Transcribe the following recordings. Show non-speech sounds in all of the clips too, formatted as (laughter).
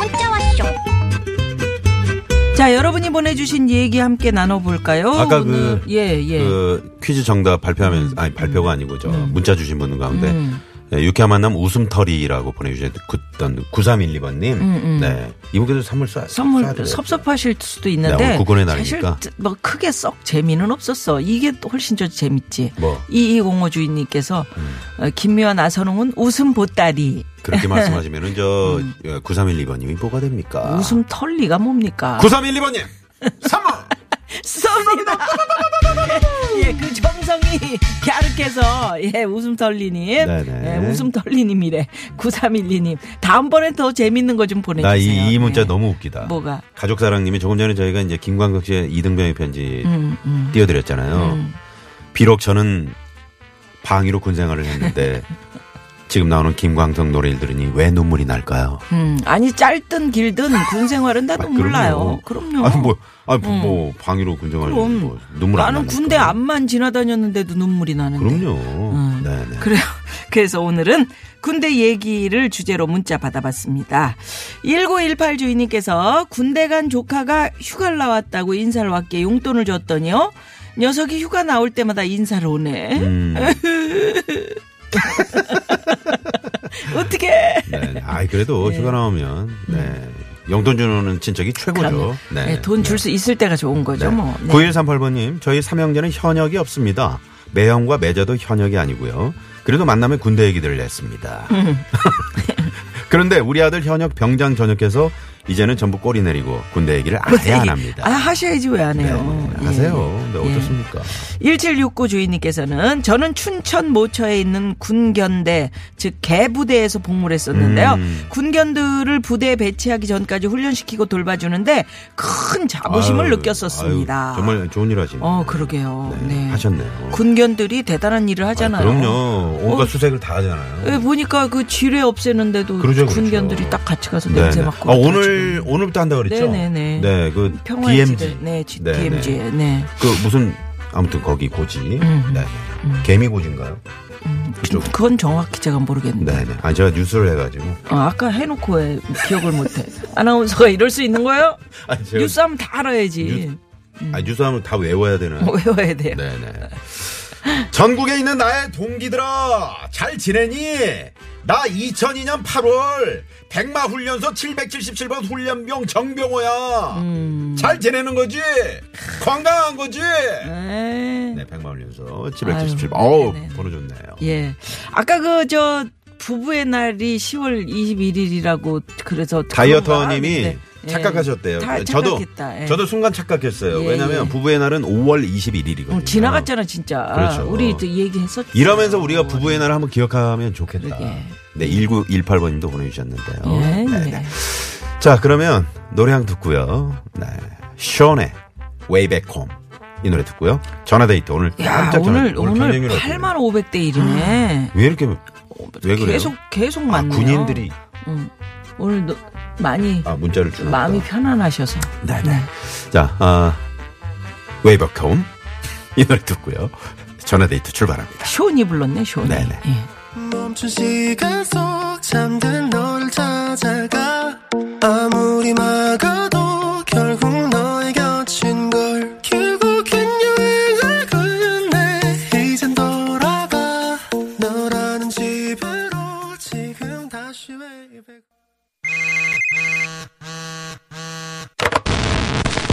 문자 왔쇼 자, 여러분이 보내주신 얘기 함께 나눠볼까요? 아까 오늘- 그- 예, 음. 예. 그 퀴즈 정답 발표하면 아니 발표가 아니고 저 문자 주신 분 가운데 음. 예, 유쾌한 만남 웃음털이라고 보내주셨던 9312번님 네 이분께도 선물 쏴 음, 선물 쏴드려야죠. 섭섭하실 수도 네, 있는데 오늘 구권의 사실 날이니까. 뭐 크게 썩 재미는 없었어. 이게 또 훨씬 더 재밌지. 뭐? 음. 이이공호 주인님께서 어, 김미화 나선홍은 웃음 보따리, 그렇게 (laughs) 말씀하시면은 저 9312번님이 뭐가 됩니까? 음. 웃음 털리가 뭡니까? 그 9312번님 선물 쏩니다. (laughs) 예, 그 정성이 (laughs) 갸륵해서 예, 웃음 털리님, 네네. 예, 웃음 털리님이래. 9312님 다음번에 더 재밌는 거 좀 보내주세요. 나 이 문자 예. 너무 웃기다. 뭐가? 가족사랑님이 조금 전에 저희가 이제 김광석 씨의 이등병의 편지 음, 띄워드렸잖아요. 네. 비록 저는 방위로 군 (laughs) 생활을 했는데 지금 나오는 김광석 노래를 들으니 왜 눈물이 날까요? 음, 아니 짧든 길든 군 생활은 나도 아, 몰라요. 그럼요. 음. 아니 뭐, 아니 뭐 방위로 군 생활을 그럼. 뭐 눈물 안 나는 나니까. 군대 앞만 지나다녔는데도 눈물이 나는데. 그럼요. 음. 네네. 그래요. (laughs) 그래서 오늘은 군대 얘기를 주제로 문자 받아봤습니다. 1918 주인님께서 군대 간 조카가 휴가를 나왔다고 인사를 왔기에 용돈을 줬더니요. 녀석이 휴가 나올 때마다 인사를 오네. 음, 어떻게? (laughs) 네. 아이 그래도 휴가 나오면 네. 용돈 주는 친척이 최고죠. 네, 네, 돈 줄 수 있을 때가 좋은 거죠, 뭐. 네. 9138번님, 저희 삼형제는 현역이 없습니다. 매형과 매저도 현역이 아니고요. 그래도 만나면 군대 (laughs) 얘기들을 했습니다. 그런데 우리 아들 현역 병장 전역해서 이제는 전부 꼬리 내리고 군대 얘기를 아예 안 합니다. 아, 하셔야지 왜 안 네, 해요? 네, 하세요. 네, 예. 어떻습니까? 1769 주인님께서는 저는 춘천 모처에 있는 군견대 즉 개부대에서 복무를 했었는데요. 음. 군견들을 부대에 배치하기 전까지 훈련시키고 돌봐주는데 큰 자부심을 아유, 느꼈었습니다. 아유, 정말 좋은 일 하시네요. 어 그러게요. 네, 하셨네요. 군견들이 대단한 일을 하잖아요. 아, 그럼요. 온갖 어. 수색을 다 하잖아요. 예, 보니까 그 지뢰 없애는데도 그러죠, 그렇죠. 군견들이 딱 같이 가서 네, 냄새 네. 맡고. 아, 그러죠. 오늘 오늘부터 한다 그랬죠? 네네네. 네, 그 평화의 DMZ. 지뢰. 네, 지- 네, 네. DMZ. 네. 그 무슨 아무튼 거기 고지. 음, 네. 개미 고지인가요? 그쪽. 그건 정확히 제가 모르겠는데. 네네. 아 제가 뉴스를 해가지고. 아, 아까 해놓고 왜 기억을 못해. 아나운서가 이럴 수 있는 거예요? 아니 제가 뉴스 하면 다 알아야지. 아니, 뉴스 하면 다 외워야 되는. 뭐 외워야 돼요. (laughs) 네네. 전국에 있는 나의 동기들아 잘 지내니? 나 2002년 8월 백마 훈련소 777번 훈련병 정병호야. 음. 잘 지내는 거지? 건강한 거지? 에이, 네, 백마 훈련소 777번. 어우, 아, 네네. 번호 좋네요. 예. 아까 그 저 부부의 날이 10월 21일이라고 그래서 다이어터님이 그런가? 네. 착각하셨대요. 다 저도 착각했다. 예. 저도 순간 착각했어요. 예, 왜냐하면 예. 부부의 날은 5월 21일이거든요. 어, 지나갔잖아 진짜. 그렇죠. 우리 또 얘기했었죠. 이러면서 우리가 부부의 날을 한번 기억하면 좋겠다. 그러게. 네, 1918번님도 보내주셨는데요. 예, 네, 예. 네. 자, 그러면 노래 한 듣고요. 네, 션의 Way Back Home 이 노래 듣고요. 전화데이트 오늘 야 네. 깜짝 전화 오늘 오늘 8만 500대 1이네. 왜 이렇게 왜 그래요? 계속 계속 아, 많네요. 군인들이 오늘 너, 많이 아, 문자를 주나 마음이 보다. 편안하셔서. 네네. 자, 아, Way Back Home 이 노래 듣고요. 전화데이트 출발합니다. 쇼니 불렀네 쇼니. 네네. 예. 멈춘 시간 속 잠든 너를 찾아가 아무리 막아도 결국 너의 곁인 걸 결국엔 여행을 걸렸네 이젠 돌아가 너라는 집으로 지금 다시 웨이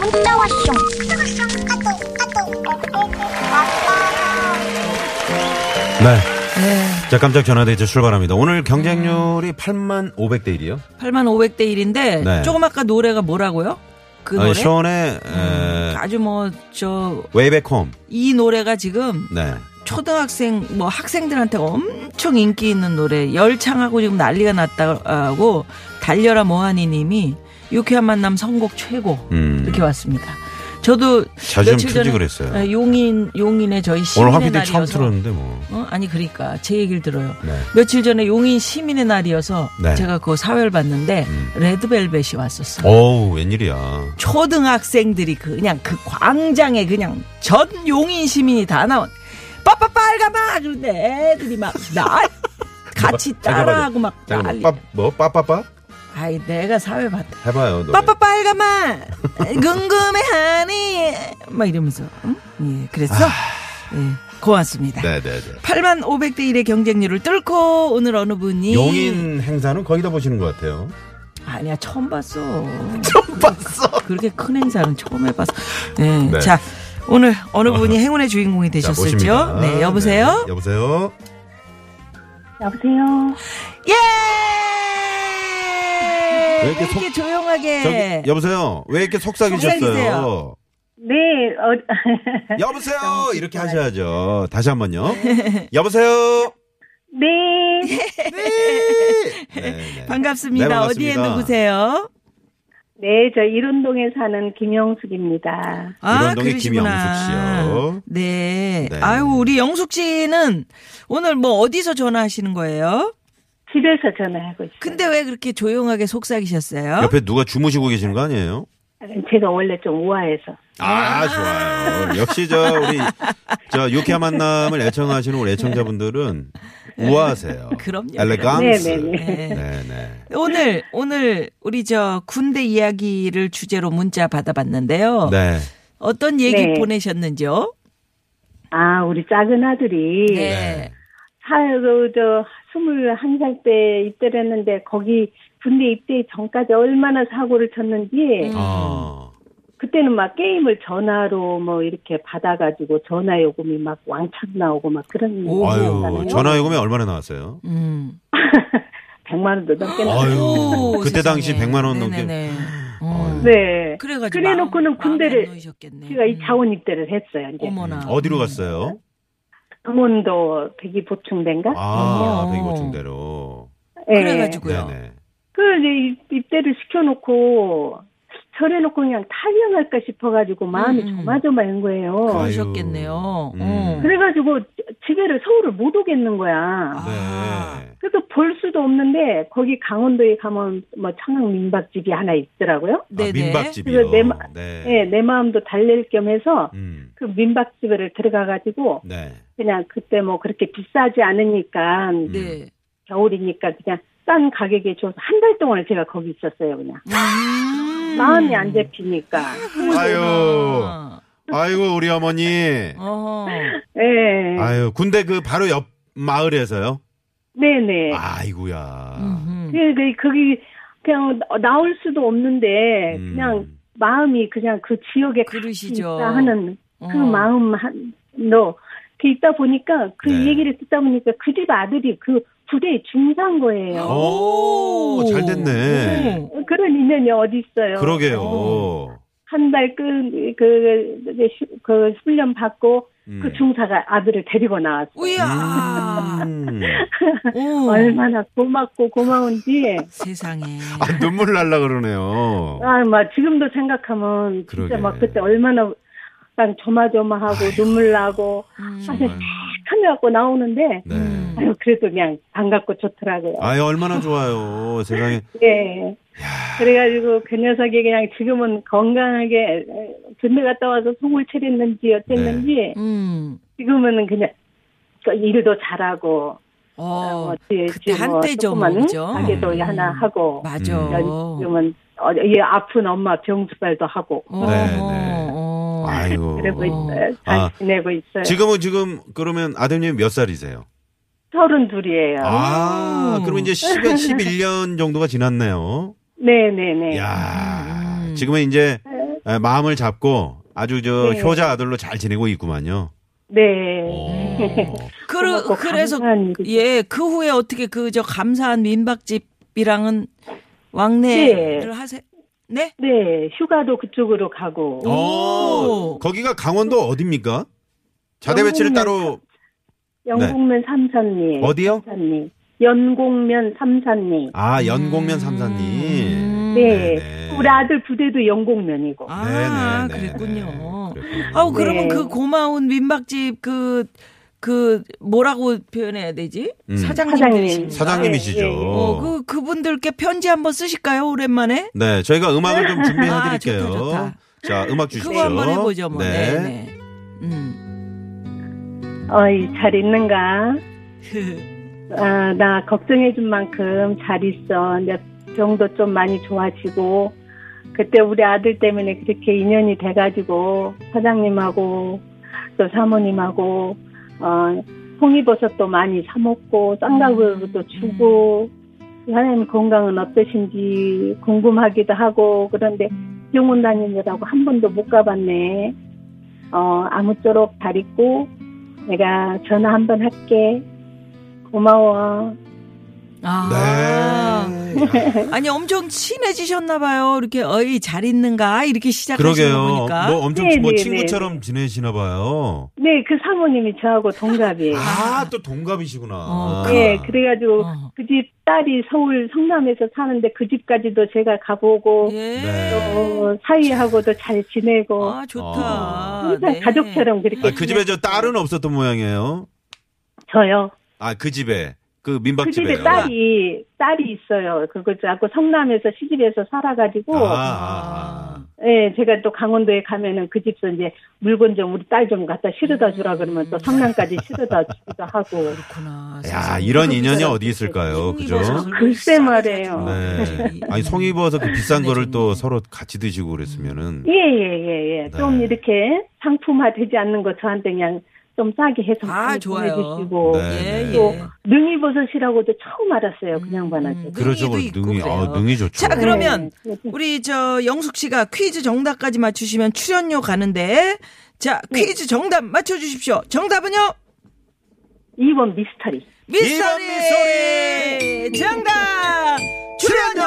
문자 왔쇼 까똑 까똑 왔다 네. 자, 깜짝 전화데이트 출발합니다. 오늘 경쟁률이 8만 500대 1이요. 8만 500대 1인데 네. 조금 아까 노래가 뭐라고요? 그 노래? 션의 아주 뭐 저 이 웨이백 홈. 노래가 지금 네. 초등학생 뭐 학생들한테 엄청 인기 있는 노래 열창하고 지금 난리가 났다고 달려라 모하니 님이 유쾌한 만남 선곡 최고 음. 이렇게 왔습니다. 저도 자주 좀 며칠 전에 출직을 했어요. 어, 용인 용인의 저희 네. 시민의 오늘 하필 처음 날이어서 들었는데 뭐. 어? 아니 그러니까 제 얘기를 들어요. 네. 며칠 전에 용인 시민의 날이어서 네. 음. 제가 그 사회를 봤는데 레드벨벳이 왔었어요. 어우 웬일이야. 초등학생들이 그냥 그 광장에 그냥 전 용인 시민이 다 나온 빠빠빨가마 그런데 애들이 막 (laughs) 나 같이 따라하고 막 잠깐만, 난리. 빠- 뭐 빠빠빠 아이 내가 사회 봤다. 해봐요. 노래. 빠빠빨가마 궁금해하니 막 이러면서 응? 예 그래서 예 고맙습니다. 아. 네네네. 8만 500대 1의 경쟁률을 뚫고 오늘 어느 분이 용인 행사는 거기다 보시는 것 같아요. 아니야 처음 (laughs) 봤어 좀 봤어. 그렇게 큰 행사는 처음 해봤어 네, 네. 자 오늘 어느 (laughs) 분이 행운의 주인공이 되셨을지요 네 여보세요 여보세요. 여보세요. 예 왜 이렇게, 이렇게 속- 조용하게 저기, 여보세요. 왜 이렇게 속삭이셨어요? 네. 속삭이세요. 네, 어, (laughs) 여보세요. 이렇게 하셔야죠. 다시 (laughs) 한번요. 여보세요. 네. 네, 네. 반갑습니다. 네, 어디에 누구세요 네, 저 일운동에 사는 김영숙입니다. 이런동의 김영숙 씨요. 아, 네. 네. 아유 우리 영숙 씨는 오늘 뭐 어디서 전화하시는 거예요 집에서 전화하고 있어요. 근데 왜 그렇게 조용하게 속삭이셨어요 옆에 누가 주무시고 계시는 거 아니에요? 제가 원래 좀 우아해서. 아, 좋아요. 역시 저 우리 (laughs) 저 유쾌한 만남을 애청하시는 우리 애청자분들은 우아하세요. 네. (laughs) 그럼요, 엘레강스. 그럼요. 네네네. 네네. 오늘 오늘 우리 저 군대 이야기를 주제로 문자 받아봤는데요. 네. 어떤 얘기 네. 보내셨는지요? 아, 우리 작은 아들이 네. 사회로 저 21살 때 입대를 했는데 거기 군대 입대 전까지 얼마나 사고를 쳤는지 어. 그때는 막 게임을 전화로 뭐 이렇게 받아가지고 전화 요금이 막 왕창 나오고 막 그런 음. 오. 아유, 일이었잖아요. 전화 요금이 얼마나 나왔어요? 음. 100만 원도 넘게 나. 아유, 오, 그때 당시 100만 원 넘게. 네네네. 아유. 어. 네. 그래가지고 그래 놓고는 마음- 마음에 군대를 안 놓이셨겠네. 제가 이 음. 자원 입대를 했어요. 이제 어머나. 음. 어디로 갔어요? 강원도 대기 보충대인가? 아, 어머. 대기보충대로. 예. 그래가지고요. 네네. 그 이제 입- 입대를 시켜놓고 철해놓고 그냥 탈영할까 싶어가지고 마음이 음, 그러니까. 음. 조마조마한 거예요. 아유. 그러셨겠네요. 음. 어. 그래가지고 지게를 서울을 못 오겠는 거야. 아. 네. 그래서 볼 수도 없는데 거기 강원도에 가면 뭐 청양 민박집이 하나 있더라고요. 아, 네네. 민박집이요. 그래서 내 마- 네. 예, 내 마음도 달랠 겸해서 음. 그 민박집을 들어가가지고 네. 그냥 그때 뭐 그렇게 비싸지 않으니까 네. 겨울이니까 그냥 싼 가격에 줘서 한 달 동안 제가 거기 있었어요 그냥 음. 마음이 안 잡히니까 어. 아유. 아이고, 우리 어머니. 어. 예 아유, 군대 그 바로 옆 마을에서요? 네네 아이고야. 음흠. 그, 그, 거기 그냥 나올 수도 없는데 음. 그냥 마음이 그냥 그 지역에 같이 그러시죠. 있다 하는 그 어. 마음 한너 있다 보니까 그 네. 얘기를 듣다 보니까 그 집 아들이 그 부대에 중사한 거예요. 어? 오, 어, 잘 됐네. 오. 그런 인연이 어디 있어요? 네. 그러게요. 한달그 그, 그, 그 훈련 받고 음. 그 중사가 아들을 데리고 나왔어요. 우야. 음. 오. 얼마나 고맙고 고마운지. 세상에. 아, 눈물 날라 그러네요. 아, 막 지금도 생각하면 진짜 그러게. 막 그때 얼마나 막 조마조마하고 눈물 나고 음. 사실 음. 정말. 하며갖고 나오는데 네. 아유 그래도 그냥 반갑고 좋더라고요. 아유, 얼마나 좋아요. 세상에. 예. 그래가지고 그 녀석이 그냥 지금은 건강하게 군대 갔다 와서 속을 차렸는지 어땠는지 네. 음. 지금은 그냥 그 일도 잘하고 어. 뭐 뒤에 그때 지금 뭐 한때죠, 뭐, 조그만 그죠? 가게도 음. 하나 하고 맞아. 음. 연- 지금은 어, 이 아픈 엄마 병수발도 하고 어, 네, 어, 네. 어. 아이고. 그러고 있어요. 잘 아. 지내고 있어요. 지금은 지금 그러면 아드님 몇 살이세요? 서른 둘이에요. 아, 오. 그러면 (laughs) 이제 10에 11년 정도가 지났네요. 네네네. 야, 음. 지금은 이제 아, 마음을 잡고 아주 저 네. 효자 아들로 잘 지내고 있구만요. 어. 네. 오. 그러, 고맙고 그래서 감사한 일이죠. 예, 그 후에 어떻게 그 저 감사한 민박집이랑은 왕래를 네. 하세요? 네? 네, 휴가도 그쪽으로 가고. 어, 오. 거기가 강원도 어딥니까? 자대 배치를 따로 영곡면 삼산리. 네. 어디요? 삼산리. 연곡면 삼산리. 아, 연곡면 삼산리. 음. 네. 네네. 우리 아들 부대도 영곡면이고. 아, 네네네네. 그랬군요. 그랬군요. 아우, 그러면 네. 그 고마운 민박집 그, 그, 뭐라고 표현해야 되지? 음. 사장님. 사 사장님이시죠. 예, 예. 어, 그, 그분들께 편지 한번 쓰실까요, 오랜만에? 네, 저희가 음악을 좀 준비해 아, 드릴게요. 좋다, 좋다. 자, 음악 주십시오. 그거 한번 해보죠, 뭐. 네. 네. 네. 음. (laughs) 어이, 잘 있는가? 아, 나 걱정해준 만큼 잘 있어. 내 병도 좀 많이 좋아지고, 그때 우리 아들 때문에 그렇게 인연이 돼가지고, 사장님하고, 또 사모님하고, 어, 송이버섯도 많이 사먹고, 쌍가구도 주고, 하나님 건강은 어떠신지 궁금하기도 하고, 그런데 병원 다니느라고 한 번도 못 가봤네. 어, 아무쪼록 잘 있고, 내가 전화 한 번 할게. 고마워. 아. 네. 야, 아니, 엄청 친해지셨나봐요. 이렇게, 어이, 잘 있는가? 이렇게 시작하시는 그러게요. 거니까. 뭐 엄청 네, 뭐 네, 친구처럼 지내시나 봐요. 네, 그 사모님이 저하고 동갑이에요. 아, 또 동갑이시구나. 아. 어, 네, 그래가지고 어. 그 집 딸이 서울 성남에서 사는데 그 집까지도 제가 가보고 예. 네. 어, 사이하고도 잘 지내고 아, 좋다. 어. 항상 네. 가족처럼 그렇게 아, 그 집에 저 딸은 없었던 모양이에요. 저요. 아, 그 집에. 그 그 민박집에요. 집에 딸이 딸이 있어요. 그거 자꾸 성남에서 시집에서 살아가지고 아, 아, 예, 제가 또 강원도에 가면은 그 집서 이제 물건 좀 우리 딸 좀 갖다 실어다 주라 그러면 또 성남까지 실어다 주기도 하고 그렇구나. 아. 야, 세상에. 이런 인연이 그래서 어디 있을까요? 송이 그죠? 버섯을 글쎄 싸게 말이에요. 사줘야지. 네. 아니, 송이 입어서 그 비싼 거를 좋네. 또 서로 같이 드시고 그랬으면은. 예, 예, 예, 예. 좀 네. 이렇게 상품화 되지 않는 거 저한테 그냥 좀 싸게 해서 아, 많이 좋아요. 보내주시고 네, 예, 네. 예. 능이버섯이라고도 처음 알았어요. 그냥 음, 반한테. 음. 그렇죠. 능이도 있고 능이, 아, 그래요. 능이 좋죠. 자, 그러면 네. (laughs) 우리 저 영숙 씨가 퀴즈 정답까지 맞추시면 출연료 가는데 자, 네. 퀴즈 정답 맞춰 주십시오. 정답은요? 2번 미스터리. 미소리. 미소리! 정답. 출연료.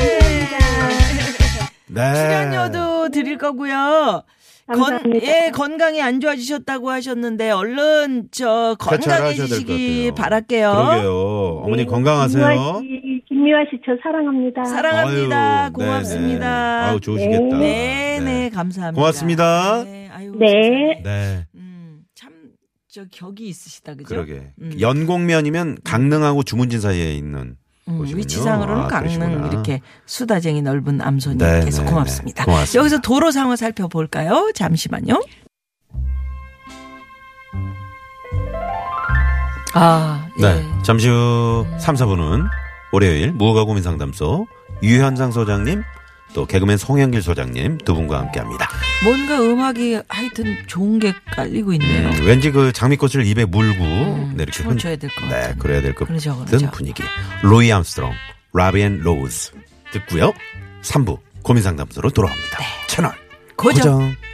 쏩니다! 네. 출연료도 드릴 거고요. 건, 감사합니다. 예, 건강이 안 좋아지셨다고 하셨는데 얼른 저 건강해지시기 바랄게요. 그러게요. 네. 어머니 건강하세요. 김미화 씨, 김미화 씨 저 사랑합니다. 사랑합니다. 아유, 네, 고맙습니다. 네네. 아우 좋으시겠다. 네, 네, 감사합니다. 고맙습니다. 네, 아유, 네. 네. 음, 참, 저 격이 있으시다, 그죠? 그러게. 음. 연곡면이면 강릉하고 주문진 사이에 있는 음, 곳이군요. 위치상으로는 아, 강릉 그러시구나. 이렇게 수다쟁이 넓은 암소님 네, 계속 네, 고맙습니다. 네. 고맙습니다. 여기서 도로 상황 살펴볼까요? 잠시만요. 아, 예. 네. 잠시 후 3, 4분은 월요일 무허가 고민 상담소 유현상 소장님 또 개그맨 송영길 소장님 두 분과 함께 합니다. 뭔가 음악이 하여튼 좋은 게 깔리고 있네요. 왠지 그 장미꽃을 입에 물고 네, 이렇게 춤을 춰야 될것 네, 같은. 그래야 될 것 그러죠, 같은 그러죠. 분위기. 로이 암스트롱, 라비 앤 로즈 듣고요. 3부 고민 상담소로 돌아옵니다. 채널 네. 고정. 고정.